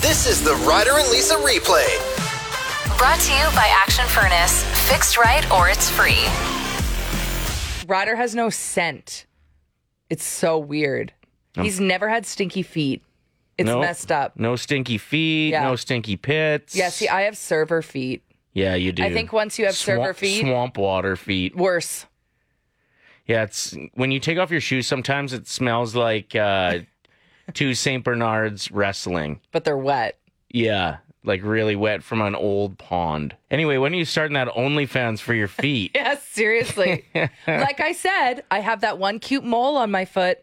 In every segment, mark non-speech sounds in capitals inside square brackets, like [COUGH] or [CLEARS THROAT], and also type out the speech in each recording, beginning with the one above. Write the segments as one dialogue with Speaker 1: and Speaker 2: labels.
Speaker 1: This is the Ryder and Lisa replay.
Speaker 2: Brought to you by Action Furnace. Fixed right or it's free.
Speaker 3: Ryder has no scent. It's so weird. He's never had stinky feet. It's
Speaker 4: Oh. No.
Speaker 3: messed up.
Speaker 4: No stinky feet,
Speaker 3: Yeah.
Speaker 4: no stinky pits.
Speaker 3: Yeah, see, I have server feet.
Speaker 4: yeah, you do.
Speaker 3: I think once you have server
Speaker 4: Swamp-
Speaker 3: feet-
Speaker 4: swamp water feet.
Speaker 3: Worse.
Speaker 4: Yeah, it's when you take off your shoes. Sometimes it smells like
Speaker 3: [LAUGHS]
Speaker 4: uh, two Saint Bernards wrestling.
Speaker 3: But they're wet.
Speaker 4: Yeah, like really wet from an old pond. Anyway, when are you starting that OnlyFans for your feet?
Speaker 3: [LAUGHS] [LAUGHS] Yeah,
Speaker 4: [LAUGHS]
Speaker 3: seriously. like I said, I have that one cute mole on my foot.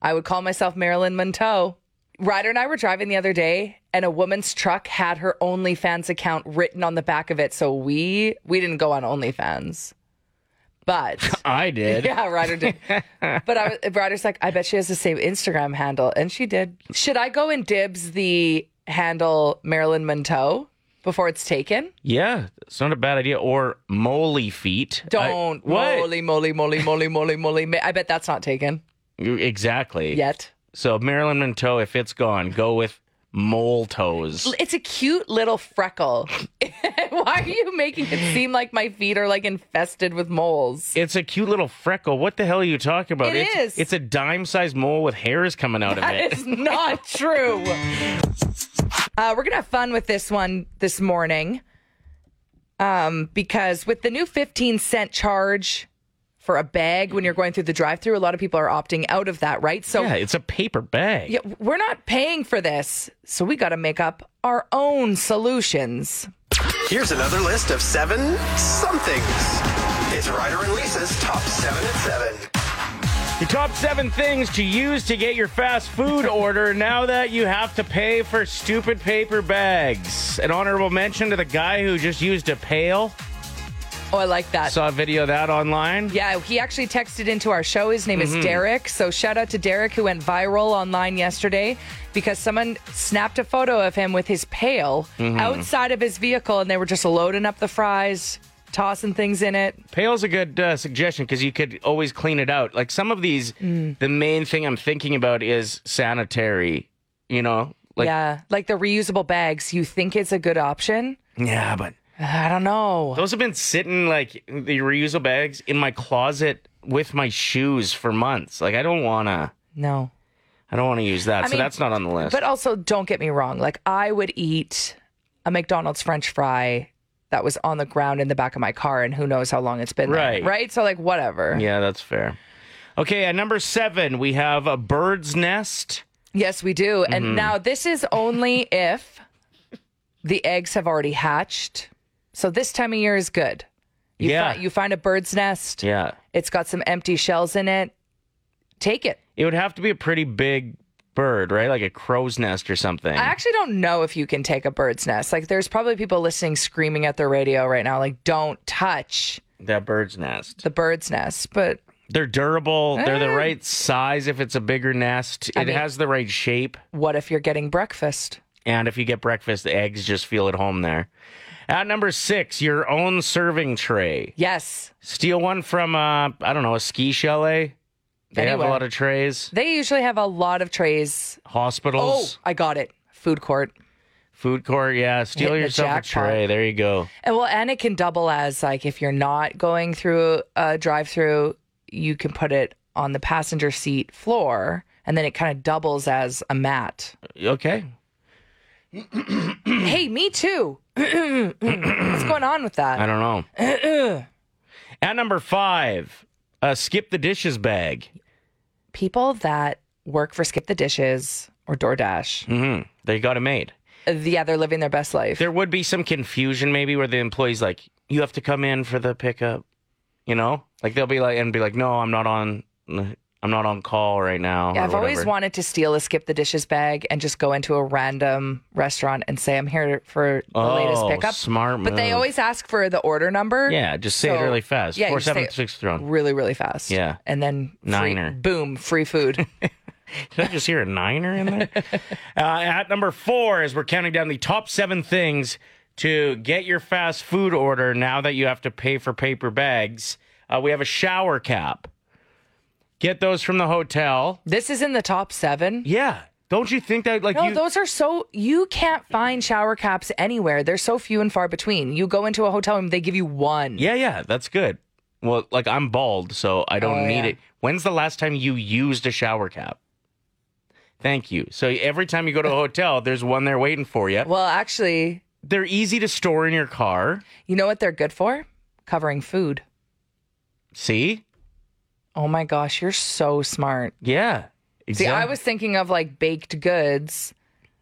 Speaker 3: I would call myself Marilyn Monteau. Ryder and I were driving the other day, and a woman's truck had her OnlyFans account written on the back of it. So we we didn't go on OnlyFans,
Speaker 4: [LAUGHS]
Speaker 3: but
Speaker 4: I did.
Speaker 3: Yeah, Ryder
Speaker 4: [LAUGHS]
Speaker 3: did. but I, was- Ryder's like, I bet she has the same Instagram handle, and she did. Should I go and dibs the handle Marilyn Monteau before it's taken?
Speaker 4: Yeah, it's not a bad idea. Or moly feet. I-
Speaker 3: Don't.
Speaker 4: what?
Speaker 3: Moly, moly, moly, moly, moly, moly. ma- I bet that's not taken
Speaker 4: Exactly.
Speaker 3: yet.
Speaker 4: So Marilyn Monroe, if it's gone, go with mole toes.
Speaker 3: It's a cute little freckle. [LAUGHS] Why are you making it seem like my feet are like infested with moles?
Speaker 4: It's a cute little freckle. What the hell are you talking about?
Speaker 3: It
Speaker 4: it's,
Speaker 3: is.
Speaker 4: It's a dime-sized mole with hairs coming out of
Speaker 3: That
Speaker 4: it.
Speaker 3: is not true. Uh, we're gonna have fun with this one this morning, um, because with the new fifteen cent charge for a bag when you're going through the drive-through, a lot of people are opting out of that, right? So
Speaker 4: yeah, it's a paper bag.
Speaker 3: yeah, we're not paying for this, so we got to make up our own solutions.
Speaker 1: Here's another list of seven somethings. It's Ryder and Lisa's top seven at seven.
Speaker 4: The top seven things to use to get your
Speaker 3: [LAUGHS]
Speaker 4: fast food order now that you have to pay for stupid paper bags. An honorable mention to the guy who just used a pail.
Speaker 3: Oh, I like that.
Speaker 4: Saw a video of that online.
Speaker 3: Yeah, he actually texted into our show. His name
Speaker 4: Mm-hmm.
Speaker 3: is Derek. So shout out to Derek who went viral online yesterday because someone snapped a photo of him with his pail
Speaker 4: Mm-hmm.
Speaker 3: outside of his vehicle and they were just loading up the fries, tossing things in it.
Speaker 4: Pail's a good uh, suggestion because you could always clean it out. Like some of these,
Speaker 3: Mm.
Speaker 4: the main thing I'm thinking about is sanitary. You know, like
Speaker 3: yeah, like the reusable bags. You think it's a good option?
Speaker 4: yeah, but
Speaker 3: I don't know.
Speaker 4: those have been sitting like the reusable bags in my closet with my shoes for months. Like I don't wanna,
Speaker 3: No.
Speaker 4: I don't wanna use that. so
Speaker 3: mean,
Speaker 4: that's not on the list.
Speaker 3: But also, don't get me wrong. Like, I would eat a McDonald's French fry that was on the ground in the back of my car, and who knows how long it's been
Speaker 4: Right.
Speaker 3: there. Right. So, like, whatever.
Speaker 4: yeah, that's fair. Okay, at number seven we have a bird's nest.
Speaker 3: Yes, we do. And
Speaker 4: Mm-hmm.
Speaker 3: now this is only if the eggs have already hatched. So this time of year is good. You
Speaker 4: Yeah.
Speaker 3: fi- you find a bird's nest.
Speaker 4: Yeah,
Speaker 3: It's got some empty shells in it. Take it.
Speaker 4: it would have to be a pretty big bird, right? Like a crow's nest or something.
Speaker 3: I actually don't know if you can take a bird's nest. Like there's probably people listening screaming at their radio right now like don't touch
Speaker 4: that bird's nest.
Speaker 3: the bird's nest. But
Speaker 4: They're durable. They're the
Speaker 3: Eh.
Speaker 4: right size if it's a bigger nest.
Speaker 3: I
Speaker 4: it
Speaker 3: mean-
Speaker 4: has the right shape.
Speaker 3: what if you're getting breakfast?
Speaker 4: And if you get breakfast, the eggs just feel at home there. At number six, your own serving tray.
Speaker 3: Yes.
Speaker 4: Steal one from, uh, I don't know, a ski chalet. They have
Speaker 3: Anywhere.
Speaker 4: a lot of trays.
Speaker 3: They usually have a lot of trays. Oh,
Speaker 4: Hospitals,
Speaker 3: I got it. Food court.
Speaker 4: food court. Yeah, steal
Speaker 3: Hitting the
Speaker 4: yourself a
Speaker 3: jackpot.
Speaker 4: tray. There you go.
Speaker 3: And well, and it can double as like if you're not going through a drive-through, you can put it on the passenger seat floor, and then it kind of doubles as a
Speaker 4: [CLEARS THROAT]
Speaker 3: mat.
Speaker 4: Okay.
Speaker 3: hey, me too. [CLEARS THROAT] What's going on with
Speaker 4: I
Speaker 3: that?
Speaker 4: don't know.
Speaker 3: [CLEARS THROAT]
Speaker 4: At number five, uh, skip the dishes bag.
Speaker 3: People that work for Skip the Dishes or DoorDash,
Speaker 4: hmm They got it made. Mm.
Speaker 3: yeah, they're living their best life.
Speaker 4: there would be some confusion maybe where the employees like you have to come in for the pickup you know like they'll be like and be like no i'm not on i'm not on call right now
Speaker 3: Yeah,
Speaker 4: or
Speaker 3: I've always
Speaker 4: whatever.
Speaker 3: wanted to steal a Skip the Dishes bag and just go into a random restaurant and say I'm here for the latest
Speaker 4: Oh,
Speaker 3: pickup.
Speaker 4: smart
Speaker 3: But they
Speaker 4: move.
Speaker 3: always ask for the order number.
Speaker 4: yeah just say
Speaker 3: So-
Speaker 4: it really fast
Speaker 3: yeah, you
Speaker 4: four
Speaker 3: just say
Speaker 4: seven
Speaker 3: it.
Speaker 4: six throne
Speaker 3: really, really fast.
Speaker 4: Yeah.
Speaker 3: And then free-
Speaker 4: Niner.
Speaker 3: boom, free
Speaker 4: [LAUGHS]
Speaker 3: food.
Speaker 4: did i just hear a niner
Speaker 3: [LAUGHS]
Speaker 4: in there uh, at number four is we're counting down the top seven things to get your fast food order now that you have to pay for paper bags uh, we have a shower cap get those from the hotel
Speaker 3: this is in the top seven.
Speaker 4: yeah Don't you think that like
Speaker 3: No,
Speaker 4: you
Speaker 3: those are so you can't find shower caps anywhere. They're so few and far between. You go into a hotel room, they give you one.
Speaker 4: Yeah, yeah, that's good. Well, like I'm bald, so I don't
Speaker 3: Oh,
Speaker 4: need
Speaker 3: yeah.
Speaker 4: it. When's the last time you used a shower cap? Thank you. So every time you go to a
Speaker 3: [LAUGHS]
Speaker 4: hotel, there's one there waiting for you.
Speaker 3: Well, actually,
Speaker 4: They're easy to store in your car.
Speaker 3: you know what they're good for? Covering food.
Speaker 4: See?
Speaker 3: Oh my gosh, you're so smart.
Speaker 4: Yeah. Mm.
Speaker 3: See, I
Speaker 4: exact-
Speaker 3: was thinking of like baked goods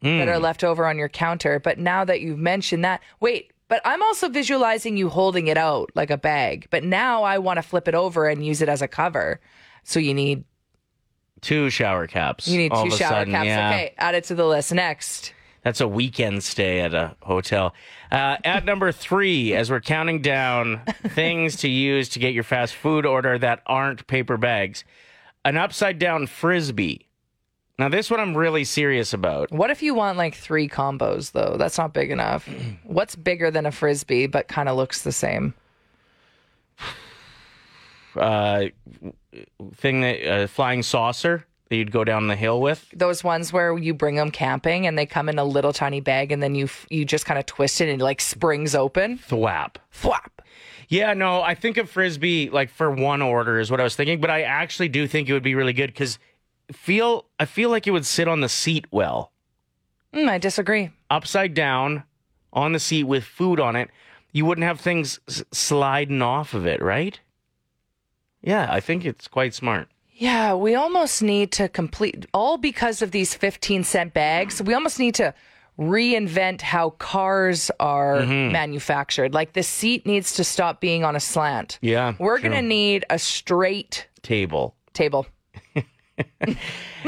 Speaker 3: that are left over on your counter, but now that you've mentioned that, wait, but I'm also visualizing you holding it out like a bag, but now I want to flip it over and use it as a cover. So you need
Speaker 4: two shower caps.
Speaker 3: you need
Speaker 4: all
Speaker 3: two
Speaker 4: of a
Speaker 3: shower
Speaker 4: sudden,
Speaker 3: caps.
Speaker 4: Yeah.
Speaker 3: Okay, add it to the list. Next.
Speaker 4: That's a weekend stay at a hotel. Uh, at number three, as we're counting down things to use to get your fast food order that aren't paper bags, an upside down frisbee. Now, this one I'm really serious about.
Speaker 3: What if you want like three combos though? That's not big
Speaker 4: [CLEARS THROAT]
Speaker 3: enough. What's bigger than a frisbee but kind of looks the same?
Speaker 4: Uh, thing that uh, flying saucer that you'd go down the hill with.
Speaker 3: Those ones where you bring them camping and they come in a little tiny bag and then you f- you just kind of twist it and it like springs open.
Speaker 4: Thwap.
Speaker 3: Flop.
Speaker 4: Yeah, no, I think of frisbee like for one order is what I was thinking, but I actually do think it would be really good because feel I feel like it would sit on the seat well.
Speaker 3: Mm, I disagree.
Speaker 4: upside down on the seat with food on it, you wouldn't have things s- sliding off of it, right? Yeah, I think it's quite smart.
Speaker 3: Yeah, we almost need to complete all because of these 15 cent bags. We almost need to reinvent how cars are manufactured. Like the seat needs to stop being on a slant.
Speaker 4: Yeah,
Speaker 3: We're
Speaker 4: true.
Speaker 3: going to need a straight
Speaker 4: Table. [LAUGHS]
Speaker 3: table.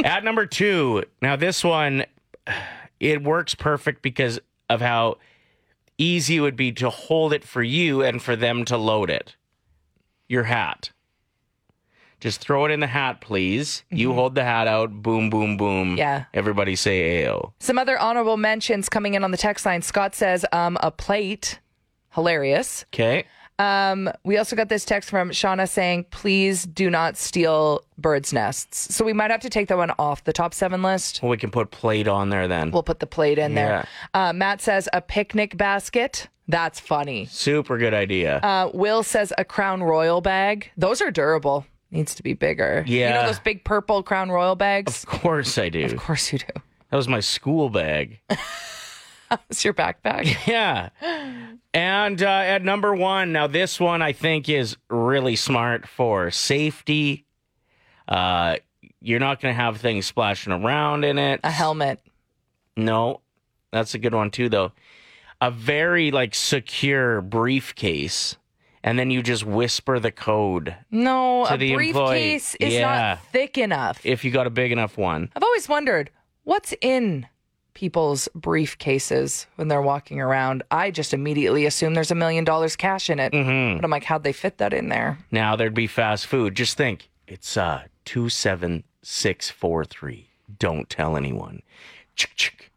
Speaker 4: At number two, now this one, [SIGHS] it works perfect because of how easy it would be to hold it for you and for them to load it. Your hat. Just throw it in the hat, please. You hold the hat out, boom, boom, boom.
Speaker 3: Yeah.
Speaker 4: Everybody say AO.
Speaker 3: Some other honorable mentions coming in on the text line. Scott says, um, a plate. Hilarious.
Speaker 4: Okay.
Speaker 3: Um, we also got this text from Shauna saying, please do not steal birds' nests. So we might have to take that one off the top seven list.
Speaker 4: Well, we can put plate on there then.
Speaker 3: We'll put the plate in there. Uh, Matt says a picnic basket. That's funny.
Speaker 4: Super good idea.
Speaker 3: Uh, Will says a crown royal bag. Those are durable. Needs to be bigger. You
Speaker 4: Yeah.
Speaker 3: know those big purple crown royal bags?
Speaker 4: of course I do.
Speaker 3: Of course you do.
Speaker 4: That was my
Speaker 3: [LAUGHS]
Speaker 4: school bag.
Speaker 3: It's your backpack.
Speaker 4: yeah. And uh, at number one, now this one I think is really smart for safety. Uh, you're not going to have things splashing around in it.
Speaker 3: a helmet.
Speaker 4: No, that's a good one too, though. A very like secure briefcase, and then you just whisper the code
Speaker 3: No,
Speaker 4: To
Speaker 3: a
Speaker 4: the employee.
Speaker 3: briefcase is
Speaker 4: Yeah.
Speaker 3: not thick enough.
Speaker 4: if you got a big enough one.
Speaker 3: I've always wondered what's in people's briefcases when they're walking around. I just immediately assume there's a million dollars cash in it.
Speaker 4: Mm-hmm.
Speaker 3: But I'm like, how'd they fit that in there?
Speaker 4: Now there'd be fast food. Just think, it's uh two seven six four three. Don't tell anyone. Chick chick.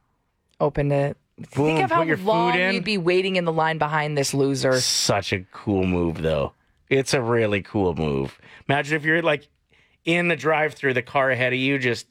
Speaker 3: opened it.
Speaker 4: Boom,
Speaker 3: Think of how
Speaker 4: put your food
Speaker 3: long
Speaker 4: in.
Speaker 3: you'd be waiting in the line behind this loser.
Speaker 4: Such a cool move, though. It's a really cool move. Imagine if you're like in the drive-through, the car ahead of you just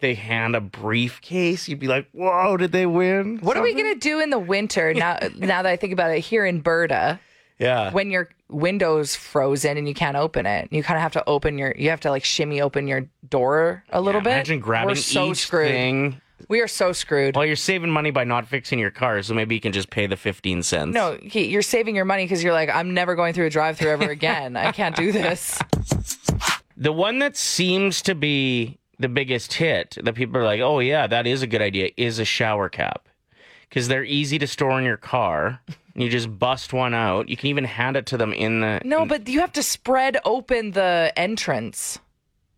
Speaker 4: they hand a briefcase. You'd be like, "Whoa, did they win?"
Speaker 3: What are we gonna do in the [LAUGHS] winter now? now that I think about it, here in Berta,
Speaker 4: Yeah,
Speaker 3: when your window's frozen and you can't open it, you kind of have to open your. You have to like shimmy open your door a little bit.
Speaker 4: Imagine grabbing
Speaker 3: We're so
Speaker 4: each
Speaker 3: screwed.
Speaker 4: thing.
Speaker 3: We are so screwed.
Speaker 4: Well, you're saving money by not fixing your car, so maybe you can just pay the fifteen cents.
Speaker 3: No, Keith, you're saving your money because you're like, I'm never going through a drive-through ever again. I can't do
Speaker 4: [LAUGHS]
Speaker 3: this.
Speaker 4: The one that seems to be the biggest hit that people are like, oh, yeah, that is a good idea is a shower cap because they're easy to store in your car. You just bust one out. You can even hand it to them in the.
Speaker 3: No, but you have to spread open the entrance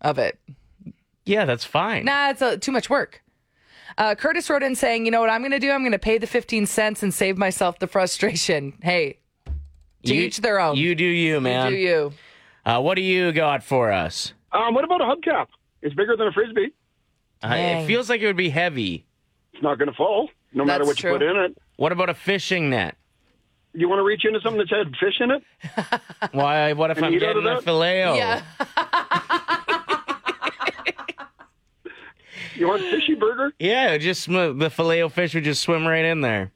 Speaker 3: of it.
Speaker 4: Yeah, that's fine.
Speaker 3: Nah, it's uh too much work. Uh, Curtis wrote in saying, you know what I'm going to do? I'm going to pay the 15 cents and save myself the frustration. [LAUGHS] Hey, to
Speaker 4: You-
Speaker 3: each their own.
Speaker 4: You do you, man.
Speaker 3: do you?
Speaker 4: Uh, what do you got for us?
Speaker 5: Um, what about a hubcap? It's bigger than a frisbee.
Speaker 4: Uh, it
Speaker 3: Dang.
Speaker 4: feels like it would be heavy.
Speaker 5: It's not going to fall, no matter
Speaker 3: That's
Speaker 5: what you
Speaker 3: true.
Speaker 5: put in it.
Speaker 4: What about a fishing net?
Speaker 5: You want to reach into something that's had fish in it?
Speaker 4: Why? What if I'm
Speaker 5: eat out
Speaker 4: Oh, getting
Speaker 5: of
Speaker 4: a
Speaker 5: that?
Speaker 4: filet?
Speaker 3: Yeah.
Speaker 5: You want fishy burger?
Speaker 4: Yeah, just sm- the filet o fish would just swim right in there.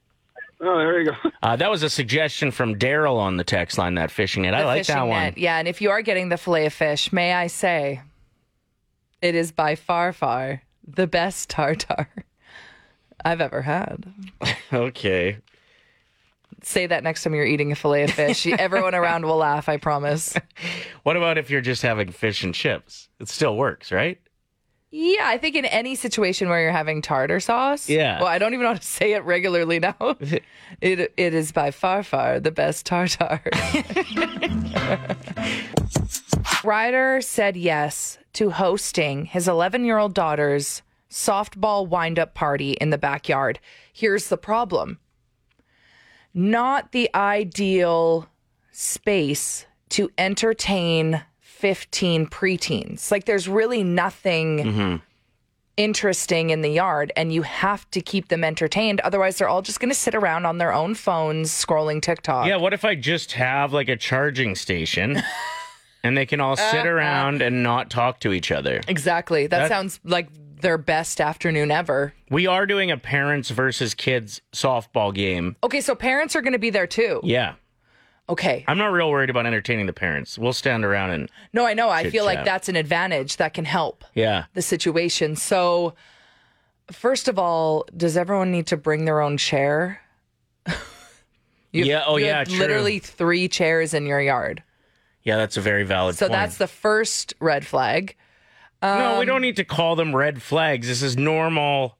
Speaker 5: Oh, there you go. [LAUGHS]
Speaker 4: Uh, that was a suggestion from Daryl on the text line. That fishing net. I
Speaker 3: the
Speaker 4: like that
Speaker 3: fishing
Speaker 4: one.
Speaker 3: net. Yeah, and if you are getting the fillet of fish, may I say, it is by far, far the best tartar [LAUGHS] I've ever had.
Speaker 4: Okay.
Speaker 3: Say that next time you're eating a fillet of [LAUGHS] fish. Everyone around will laugh, I promise.
Speaker 4: What about if you're just having fish and chips? It still works, right?
Speaker 3: Yeah, I think in any situation where you're having tartar sauce.
Speaker 4: Yeah.
Speaker 3: Well, I don't even know how to say it regularly now. it it is by far, far the best tartar. Ryder said yes to hosting his 11 year old daughter's softball wind up party in the backyard. Here's the problem not the ideal space to entertain 15 preteens. Like, there's really nothing
Speaker 4: Mm-hmm.
Speaker 3: interesting in the yard, and you have to keep them entertained. Otherwise, they're all just going to sit around on their own phones scrolling TikTok.
Speaker 4: Yeah. What if I just have like a
Speaker 3: [LAUGHS]
Speaker 4: charging station, and they can all
Speaker 3: Uh-huh.
Speaker 4: sit around and not talk to each other?
Speaker 3: Exactly. That, sounds like their best afternoon ever.
Speaker 4: We are doing a parents versus kids softball game.
Speaker 3: Okay, so parents are going to be there too.
Speaker 4: Yeah.
Speaker 3: Okay.
Speaker 4: I'm not real worried about entertaining the parents. We'll stand around and
Speaker 3: No, I know. I
Speaker 4: Chit
Speaker 3: feel like
Speaker 4: chat.
Speaker 3: that's an advantage that can help.
Speaker 4: yeah.
Speaker 3: the situation. So, first of all, does everyone need to bring their own chair? [LAUGHS] you
Speaker 4: Yeah, oh,
Speaker 3: you
Speaker 4: yeah,
Speaker 3: have
Speaker 4: true.
Speaker 3: Literally three chairs in your yard.
Speaker 4: Yeah, that's a very valid
Speaker 3: So
Speaker 4: point.
Speaker 3: that's um, the first red flag.
Speaker 4: no, we don't need to call them red flags. This is normal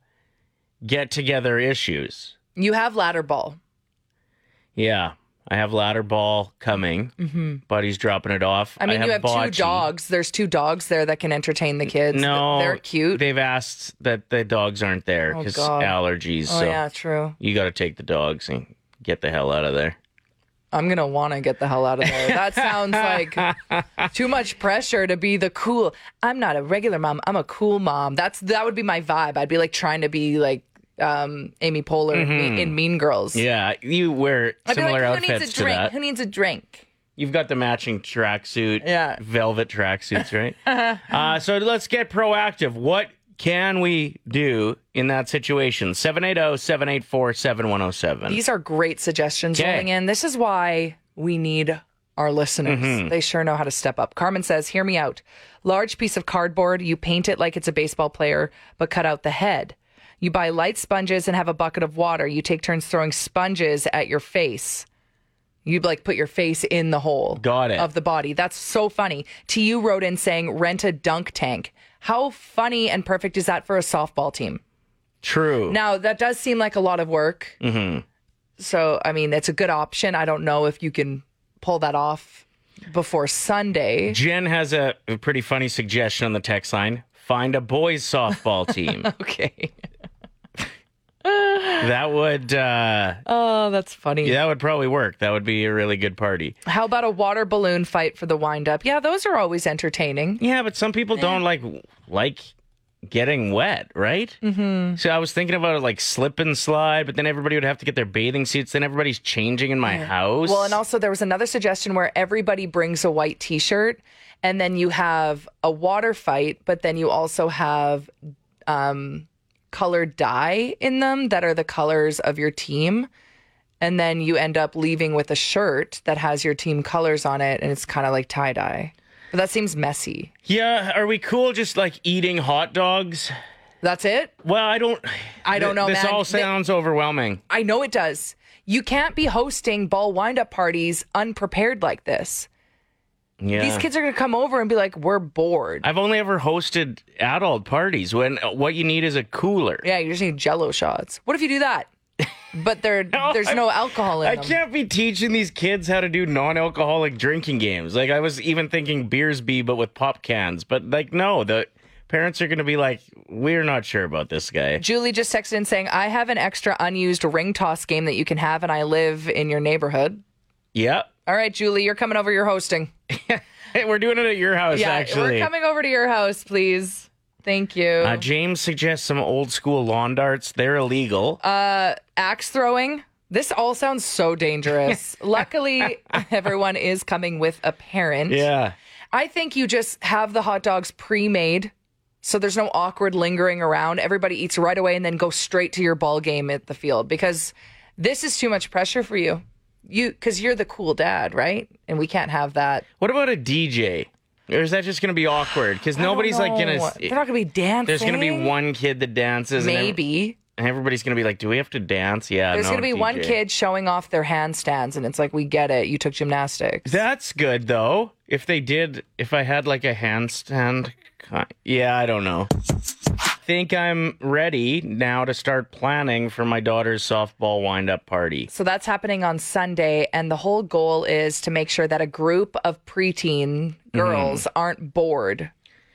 Speaker 4: get together issues.
Speaker 3: You have ladder ball.
Speaker 4: Yeah. I have ladder ball coming. Mm-hmm. Buddy's dropping it off.
Speaker 3: I mean, you have
Speaker 4: bocce.
Speaker 3: two dogs. There's two dogs there that can entertain the kids. Th-
Speaker 4: No,
Speaker 3: they're cute.
Speaker 4: They've asked that the dogs aren't there
Speaker 3: Oh,
Speaker 4: because
Speaker 3: God.
Speaker 4: allergies.
Speaker 3: oh
Speaker 4: so
Speaker 3: yeah, true.
Speaker 4: you got to take the dogs and get the hell out of there.
Speaker 3: I'm gonna want to get the hell out of there. That sounds
Speaker 4: [LAUGHS]
Speaker 3: like too much pressure to be the cool. I'm not a regular mom. I'm a cool mom. That's that would be my vibe. I'd be like trying to be like um, Amy Poehler in Me- in Mean Girls.
Speaker 4: Mm-hmm. Yeah, you wear
Speaker 3: I'd be
Speaker 4: similar
Speaker 3: like, who
Speaker 4: outfits
Speaker 3: needs a
Speaker 4: to
Speaker 3: drink?
Speaker 4: that.
Speaker 3: Who needs a drink?
Speaker 4: You've got the matching tracksuit,
Speaker 3: Yeah. Uh-huh.
Speaker 4: velvet tracksuits, right?
Speaker 3: [LAUGHS]
Speaker 4: uh, so let's get proactive. What can we do in that situation? oh, 780 784 7107.
Speaker 3: These are great suggestions
Speaker 4: Okay.
Speaker 3: rolling in. This is why we need our listeners.
Speaker 4: Mm-hmm.
Speaker 3: They sure know how to step up. Carmen says, Hear me out. Large piece of cardboard, you paint it like it's a baseball player, but cut out the head. You buy light sponges and have a bucket of water. You take turns throwing sponges at your face. You like put your face in the hole.
Speaker 4: Got it.
Speaker 3: Of the body. That's so funny. TU wrote in saying, rent a dunk tank. How funny and perfect is that for a softball team?
Speaker 4: True.
Speaker 3: Now that does seem like a lot of work. Mm-hmm. So I mean, it's a good option. I don't know if you can pull that off before Sunday.
Speaker 4: Jen has a a pretty funny suggestion on the text line find a boys' softball team.
Speaker 3: [LAUGHS] [LAUGHS] Okay.
Speaker 4: that would. Uh,
Speaker 3: Oh, that's funny.
Speaker 4: that would probably work. That would be a really good party.
Speaker 3: How about a water balloon fight for the wind up? Yeah, those are always entertaining.
Speaker 4: Yeah, but some people don't like like getting wet, right? Mm-hmm. So I was thinking about it like slip and slide, but then everybody would have to get their bathing suits. Then everybody's changing in my house.
Speaker 3: Well, and also there was another suggestion where everybody brings a white T-shirt, and then you have a water fight, but then you also have um, colored dye in them that are the colors of your team, and then you end up leaving with a shirt that has your team colors on it, and it's kind of like tie dye. But that seems messy.
Speaker 4: yeah, are we cool just like eating hot dogs?
Speaker 3: That's it.
Speaker 4: Well, I don't.
Speaker 3: I don't know,
Speaker 4: This
Speaker 3: man.
Speaker 4: all
Speaker 3: They-
Speaker 4: sounds overwhelming.
Speaker 3: I know it does. You can't be hosting ball wind-up parties unprepared like this.
Speaker 4: Yeah.
Speaker 3: These kids are going to come over and be like, "We're bored."
Speaker 4: I've only ever hosted adult parties when uh, what you need is a cooler.
Speaker 3: Yeah, you just need Jello shots. What if you do that? But
Speaker 4: [LAUGHS]
Speaker 3: there, there's
Speaker 4: I-
Speaker 3: no alcohol in
Speaker 4: I
Speaker 3: them.
Speaker 4: can't be teaching these kids how to do non-alcoholic drinking games. Like I was even thinking beers be, but with pop cans. But like no, the parents are going to be like, we're not sure about this guy.
Speaker 3: Julie just texted in saying, "I have an extra unused ring toss game that you can have, and I live in your neighborhood."
Speaker 4: Yep, [LAUGHS]
Speaker 3: All right, Julie, you're coming over. You're hosting.
Speaker 4: hey, we're doing it at your house
Speaker 3: Yeah,
Speaker 4: actually.
Speaker 3: we're coming over to your house, please. Thank you.
Speaker 4: Uh, James suggests some old school lawn darts. They're illegal.
Speaker 3: Uh, Axe throwing. This all sounds so
Speaker 4: [LAUGHS]
Speaker 3: dangerous. Luckily, everyone is coming with a parent.
Speaker 4: yeah,
Speaker 3: I think you just have the hot dogs pre-made. So there's no awkward lingering around. Everybody eats right away and then go straight to your ball game at the field because this is too much pressure for you. You because you're the cool dad, right? And we can't have that.
Speaker 4: What about a DJ? Or is that just going to be awkward? Because nobody's like going
Speaker 3: to. They're not
Speaker 4: to.
Speaker 3: gonna be dancing.
Speaker 4: There's going to be one kid that dances. and every-
Speaker 3: maybe.
Speaker 4: And everybody's going to be like, do we have to dance? Yeah.
Speaker 3: There's
Speaker 4: no,
Speaker 3: gonna be one
Speaker 4: DJ.
Speaker 3: kid showing off their handstands, and it's like we get it. You took gymnastics.
Speaker 4: That's good, though. If they did, if I had like a handstand. ki- Yeah, I don't know. Think I'm ready now to start planning for my daughter's softball wind up party.
Speaker 3: So that's happening on Sunday, and the whole goal is to make sure that a group of preteen
Speaker 4: Mm-hmm.
Speaker 3: girls aren't bored.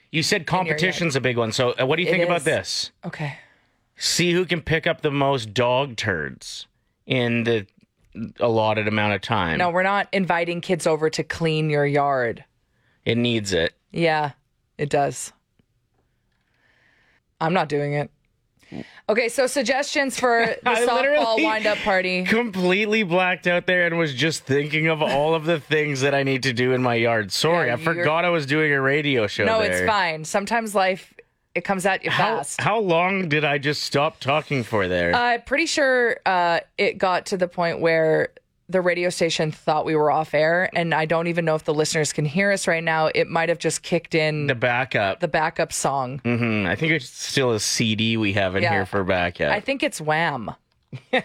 Speaker 4: You said competition's a big one. So, uh, what do you
Speaker 3: It
Speaker 4: think about
Speaker 3: is.
Speaker 4: this?
Speaker 3: Okay.
Speaker 4: See who can pick up the most dog turds in the allotted amount of time.
Speaker 3: No, we're not inviting kids over to clean your yard.
Speaker 4: It needs it.
Speaker 3: Yeah, it does. I'm not doing it. Okay, so suggestions
Speaker 4: [LAUGHS]
Speaker 3: for the
Speaker 4: I
Speaker 3: softball
Speaker 4: literally-
Speaker 3: wind up party.
Speaker 4: Completely blacked out there and was just thinking of all of the things that I need to do in my yard. Sorry,
Speaker 3: Yeah,
Speaker 4: I
Speaker 3: you're-
Speaker 4: forgot I was doing a radio show.
Speaker 3: No, it's
Speaker 4: there.
Speaker 3: fine. Sometimes life it comes at you
Speaker 4: How,
Speaker 3: fast.
Speaker 4: how long did I just stop talking for there?
Speaker 3: I'm pretty sure uh, it got to the point where the radio station thought we were off air, and I don't even know if the listeners can hear us right now. It might have just kicked in
Speaker 4: the
Speaker 3: the,
Speaker 4: backup.
Speaker 3: backup song.
Speaker 4: Mhm, I think it's still a CD we have in
Speaker 3: Yeah.
Speaker 4: here for backup.
Speaker 3: I think it's Wham. [LAUGHS] uh,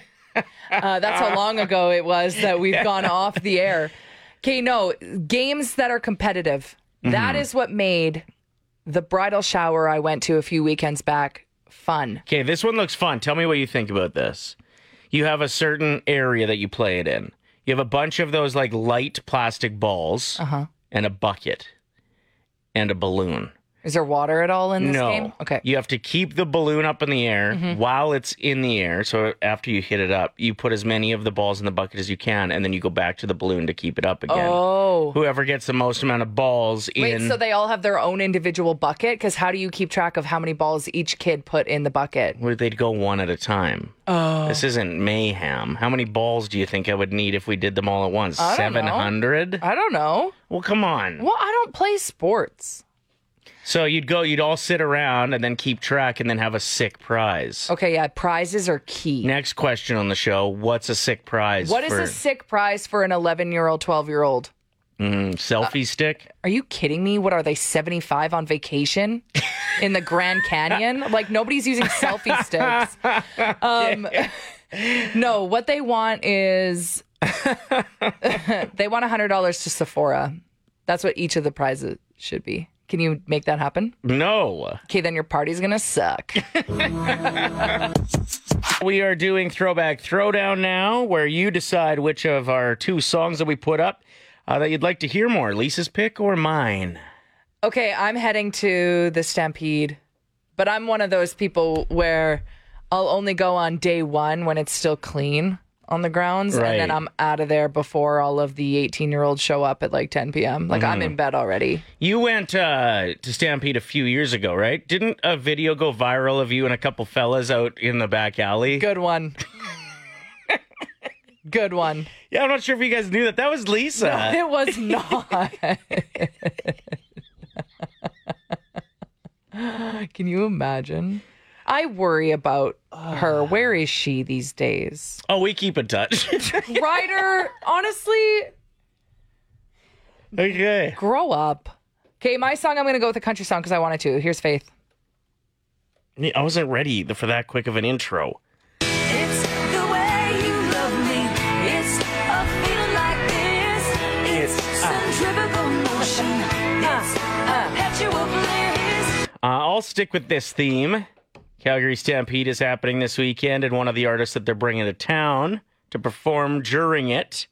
Speaker 3: that's how long ago it was that we've gone off the air. Okay, no, games that are competitive. That
Speaker 4: Mm-hmm.
Speaker 3: is what made the bridal shower I went to a few weekends back fun.
Speaker 4: Okay, this one looks fun. Tell me what you think about this. You have a certain area that you play it in. You have a bunch of those like light plastic balls
Speaker 3: Uh-huh.
Speaker 4: and a bucket and a balloon.
Speaker 3: Is there water at all in this
Speaker 4: no.
Speaker 3: game? Mm-hmm. Okay.
Speaker 4: You have to keep the balloon up in the air while it's in the air. So after you hit it up, you put as many of the balls in the bucket as you can, and then you go back to the balloon to keep it up again.
Speaker 3: Oh.
Speaker 4: Whoever gets the most amount of balls
Speaker 3: Wait,
Speaker 4: in.
Speaker 3: so they all have their own individual bucket? Because how do you keep track of how many balls each kid put in the bucket?
Speaker 4: where they'd go one at a time. Oh. This isn't mayhem. How many balls do you think I would need if we did them all at once?
Speaker 3: I don't know.
Speaker 4: 700?
Speaker 3: I don't know.
Speaker 4: Well, come on.
Speaker 3: Well, I don't play sports.
Speaker 4: So you'd go, you'd all sit around and then keep track and then have a sick prize.
Speaker 3: Okay, yeah, prizes are key.
Speaker 4: Next question on the show What's a sick prize?
Speaker 3: What is
Speaker 4: for
Speaker 3: a sick prize for an 11 year old, 12 year old?
Speaker 4: Mm, selfie
Speaker 3: uh,
Speaker 4: stick?
Speaker 3: Are you kidding me? What are they, 75 on vacation in the Grand Canyon? Like, nobody's using selfie sticks. Um, [LAUGHS] no, what they want is they want $100 to Sephora. That's what each of the prizes should be. Can you make that happen?
Speaker 4: No.
Speaker 3: Okay, then your party's gonna suck.
Speaker 4: We are doing Throwback Throwdown now, where you decide which of our two songs that we put up uh, that you'd like to hear more Lisa's pick or mine?
Speaker 3: Okay, I'm heading to the Stampede, but I'm one of those people where I'll only go on day one when it's still clean on the grounds, and
Speaker 4: Right.
Speaker 3: then I'm out of there before all of the 18 year olds show up at like 10 p.m. Like I'm in bed already.
Speaker 4: You went uh, to Stampede a few years ago, right? Didn't a video go viral of you and a couple fellas out in the back alley?
Speaker 3: Good one. Good one.
Speaker 4: Yeah, I'm not sure if you guys knew that. That was Lisa.
Speaker 3: It was not. Can you imagine? I worry about her. Where is she these days?
Speaker 4: Oh, we keep in touch.
Speaker 3: Ryder, honestly,
Speaker 4: okay.
Speaker 3: grow up. Okay, my song, I'm going to go with a country song because I wanted to. Here's Faith.
Speaker 4: I wasn't ready th- for that quick of an intro.
Speaker 6: It's the way you love me. It's a feeling like this. It's centrifugal motion. It's perpetual bliss.
Speaker 4: Uh, I'll stick with this theme. Calgary Stampede is happening this weekend, and one of the artists that they're bringing to town to perform during it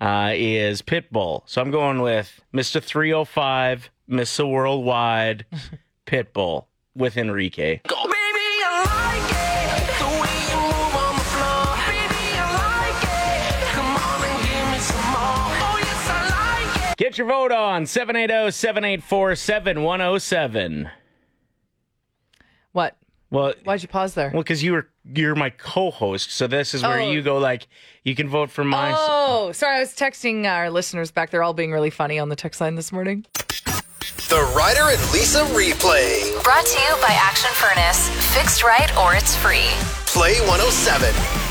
Speaker 4: uh, is Pitbull. So I'm going with Mr. 305, Mr.
Speaker 3: [LAUGHS]
Speaker 4: Worldwide, Pitbull with Enrique.
Speaker 6: Baby, I like it. The way you move on the floor. Baby, I like it. Come on and give me some more. Oh, yes, I like it.
Speaker 4: Get your vote on oh, 780 784 7107.
Speaker 3: What?
Speaker 4: Well,
Speaker 3: Why'd you pause there?
Speaker 4: Well, because you were you're my co-host, so this is where
Speaker 3: Oh.
Speaker 4: you go. Like you can vote for mine.
Speaker 3: Oh, sorry. I was texting our listeners back. They're all being really funny on the text line this morning.
Speaker 1: The Ryder and Lisa replay.
Speaker 2: Brought to you by Action Furnace. Fixed right or it's free.
Speaker 1: oh Play 107.